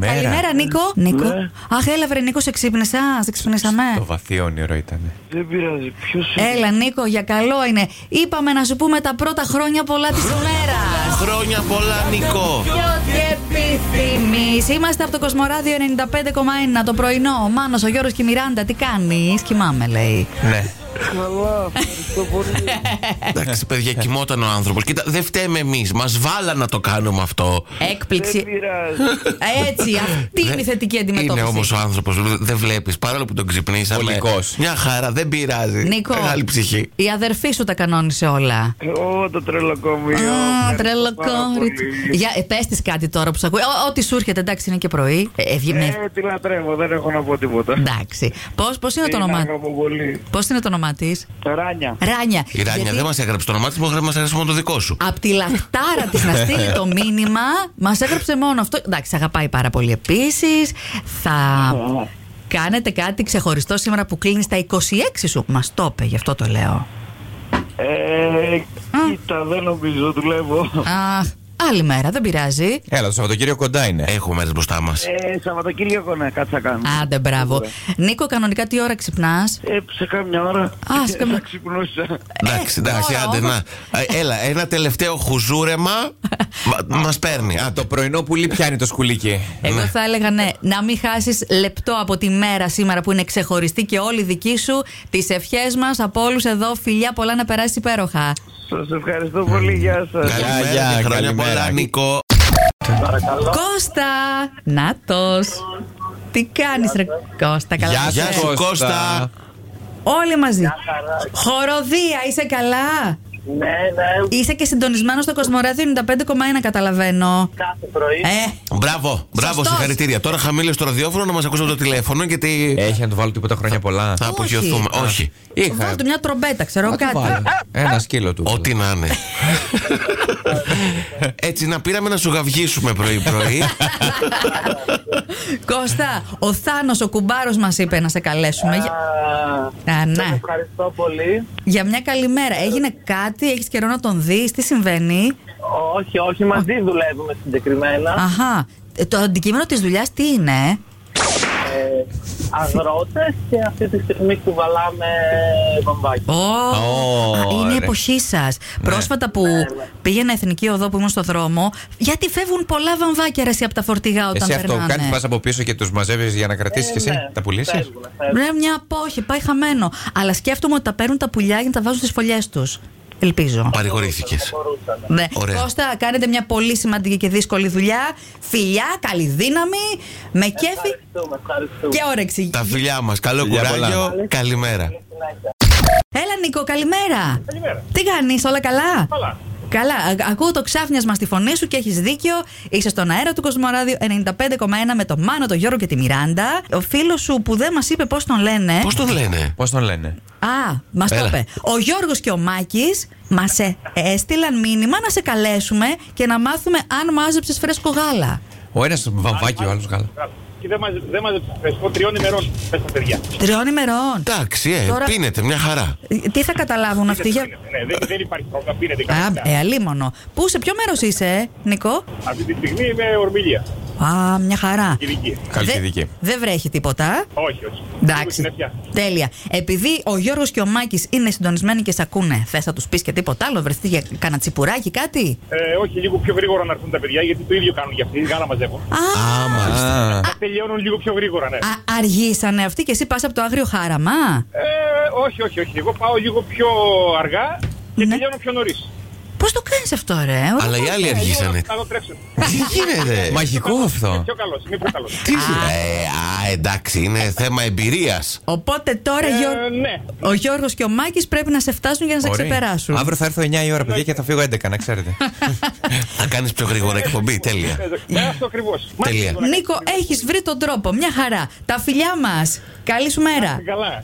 Καλημέρα. Καλημέρα, Νίκο. Νίκο. Ναι. Αχ, έλαβε Νίκο, σε ξύπνησα. Σε ξυπνήσαμε. Το βαθύ όνειρο ήταν. Δεν πειράζει. Ποιος Έλα, Νίκο, για καλό είναι. Είπαμε να σου πούμε τα πρώτα χρόνια πολλά της ημέρα. Χρόνια πολλά, Νικό. Και ό,τι επιθυμείς. Είμαστε από το Κοσμοράδιο 95,1 το πρωινό. Ο Μάνος, ο Γιώργος και η Μιράντα, τι κάνεις, κοιμάμαι λέει. Ναι. Ε. Καλά, ευχαριστώ πολύ. Εντάξει, παιδιά, κοιμόταν ο άνθρωπος. Κοίτα, δεν φταίμε εμείς. Μας βάλα να το κάνουμε αυτό. Έκπληξη. Δεν πειράζει. Έτσι, αυτή είναι η θετική αντιμετώπιση. Είναι όμως ο άνθρωπος, δεν βλέπεις. Παρόλο που τον ξυπνήσαμε. Πολικός. Μια χαρά, δεν πειράζει. Νίκο, Μεγάλη ψυχή. η αδερφή σου τα κανόνισε όλα. Ω, το τρελοκομείο. Α, Ευχαριστώ πάρα τρελοκόρη. πολύ. Για, ε, πες της κάτι τώρα που σ' ακούει. Ό, Ό,τι σου έρχεται, εντάξει, είναι και πρωί. Ε, ε, βγει- ναι, Ε, τη λατρεύω, δεν έχω να πω τίποτα. εντάξει. Πώς, πώς είναι το Την όνομά αγαπώ πολύ. Πώς είναι το όνομά της? Ράνια. Ράνια. Η Ράνια Γιατί δεν μας έγραψε το όνομά της, μας έγραψε μόνο το δικό σου. Απ' τη λαχτάρα της να στείλει το μήνυμα. Μας έγραψε μόνο αυτό. Εντάξει, αγαπάει πάρα πολύ επίσης. Θα κάνετε κάτι ξεχωριστό σήμερα που κλείνεις τα 26 σου. Μας το είπε, γι' αυτό το λέω. Ε, κοίτα, δεν νομίζω, δουλεύω. Αχ, άλλη μέρα, δεν πειράζει. Έλα, το Σαββατοκύριακο κοντά είναι. Έχουμε μέρε μπροστά μας. Ε, Σαββατοκύριακο, ναι, κάτι θα κάνουμε. Άντε, μπράβο. Νίκο, κανονικά τι ώρα ξυπνάς. Ε, σε κάμια ώρα Α, σε κάμια- θα ξυπνούσα. Εντάξει, ε, εντάξει, τώρα άντε όμως. να. Ε, Έλα, ένα τελευταίο χουζούρεμα μα παίρνει. Α, Άντε. το πρωινό πουλί πιάνει το σκουλίκι. Εγώ Ναι. θα έλεγα ναι, να μην χάσεις λεπτό από τη μέρα σήμερα που είναι ξεχωριστή και όλη δική σου. Τις ευχές μας από όλους εδώ, φιλιά, πολλά να περάσεις υπέροχα. Σα ευχαριστώ πολύ, γεια σας. Καλημέρα γεια, και χρόνια καλημέρα. πολλά, Νικό. Κώστα! Νάτος! Τι κάνεις ρε Κώστα, καλά. Γεια να Γεια σε. σου, Κώστα. Όλοι μαζί. Χοροδία, είσαι καλά. Ναι, ναι, Είσαι και συντονισμένος στο Κοσμοράδιο 95,1, καταλαβαίνω. κάθε πρωί. Ε, Μπράβο, μπράβο, Σωστός. συγχαρητήρια. Τώρα χαμήλωσε το ραδιόφωνο να μας ακούσει από το τηλέφωνο γιατί Έχει να του βάλω τίποτα χρόνια πολλά. θα όχι. απογειωθούμε. Όχι. Είχα. βάλτε μια τρομπέτα, ξέρω Να του κάτι. βάλω. Ένα σκύλο του. Ό,τι να είναι. Έτσι να πήραμε να σου γαυγίσουμε πρωί-πρωί. Κώστα, ο Θάνος, ο κουμπάρος μας είπε να σε καλέσουμε. Για, Α, Α, σας ναι. ευχαριστώ πολύ. για μια καλή μέρα. Έγινε κάτι, έχεις καιρό να τον δεις, τι συμβαίνει. Όχι, όχι, μαζί δουλεύουμε συγκεκριμένα. Αχα. Ε, Το αντικείμενο της δουλειάς τι είναι. Ε, Αγρότες και αυτή τη στιγμή κουβαλάμε βαμβάκι. Ω, Ω, Ναι. α, είναι η ωραία. εποχή σας. Πρόσφατα που πήγαινα εθνική οδό που ήμουν στο δρόμο, γιατί φεύγουν πολλά βαμβάκια ρεσί από τα φορτηγά όταν Εσύ αυτό περνάνε. κάνει, πα από πίσω και τους μαζεύεις για να κρατήσεις Ε, και εσύ. ναι. Τα πουλήσεις. Φεύγουνε, φεύγουνε. Ναι, μια απόχη, πάει χαμένο. Αλλά σκέφτομαι ότι τα παίρνουν τα πουλιά για να τα βάζουν στις φωλιές τους. Ελπίζω. Παρηγορήθηκες. Μπορούσαμε. Ναι. Ωραία. Κώστα, κάνετε μια πολύ σημαντική και δύσκολη δουλειά. Φιλιά, καλή δύναμη, με κέφι Ευχαριστούμε, ευχαριστούμε. και όρεξη. Τα φιλιά μας. Καλό Φιλιά κουράγιο. Καλημέρα. Έλα, Νίκο, καλημέρα. Τι κάνεις, όλα καλά. Καλά. Καλά, Α- ακούω το ξάφνιασμα στη φωνή σου και έχεις δίκιο. Είσαι στον αέρα του Κοσμοράδιου 95,1 με τον Μάνο, τον Γιώργο και τη Μιράντα. Ο φίλος σου που δεν μας είπε πώς τον λένε. Πώς τον λένε. Πώς τον λένε. Α, μας το Έλα. είπε. Ο Γιώργος και ο Μάκης μας έστειλαν μήνυμα να σε καλέσουμε και να μάθουμε αν μάζεψες φρέσκο γάλα. Ο ένας βαμβάκι, ο άλλος γάλα. Και δεν μαζε- δεν μαζέψα φρέσκο τριών ημερών. Πες τα παιδιά. Τριών ημερών. Εντάξει, ε, Τώρα- πίνετε, μια χαρά. Ε, Τι θα καταλάβουν αυτοί για. Ναι, δεν, δεν υπάρχει πρόβλημα. Πήρετε Α, κάποια. ε, αλίμονο. Πού, σε ποιο μέρος είσαι, ε, Νικό? Αυτή τη στιγμή είμαι ορμηλία. Α, μια χαρά. Ειδική. Καλκιδική. Δεν δεν βρέχει τίποτα. Όχι, όχι. Είμαι Εντάξει. συννεφιά. Τέλεια. Επειδή ο Γιώργος και ο Μάκης είναι συντονισμένοι και σε ακούνε, θες να τους πεις και τίποτα άλλο, βρεθεί για κανένα τσιπουράκι, κάτι. Ε, όχι, λίγο πιο γρήγορα να έρθουν τα παιδιά γιατί το ίδιο κάνουν και αυτοί. Γάλα μαζεύουν. Α, Α, μάλιστα. Α, Τα τελειώνουν λίγο πιο γρήγορα, ναι. α, αργήσανε αυτοί και εσύ πας από το άγριο χάραμα. Ε, όχι, όχι, όχι. Εγώ πάω λίγο πιο αργά και Ναι. τελειώνω πιο νωρίς. Πώς το κάνεις αυτό ρε. ωραία. Αλλά οι άλλοι αργήσανε. Να το τρέξουν. Τι γίνεται. Μαγικό αυτό. Πιο καλός, είμαι πιο καλός. Τι ε, Α, εντάξει, είναι θέμα εμπειρίας. Οπότε τώρα Ε, Γιώργο- ναι. ο Γιώργος και ο Μάκης πρέπει να σε φτάσουν για να σε Ωραία. ξεπεράσουν. Αύριο θα έρθω 9 η ώρα, παιδιά, και θα φύγω 11, να ξέρετε. Θα κάνεις πιο γρήγορα εκπομπή. Τέλεια. Ναι, Ε, Αυτό ακριβώς. Τέλεια. Νίκο, έχεις βρει τον τρόπο. Μια χαρά. Τα φιλιά μας. Καλή σου μέρα. Καλά.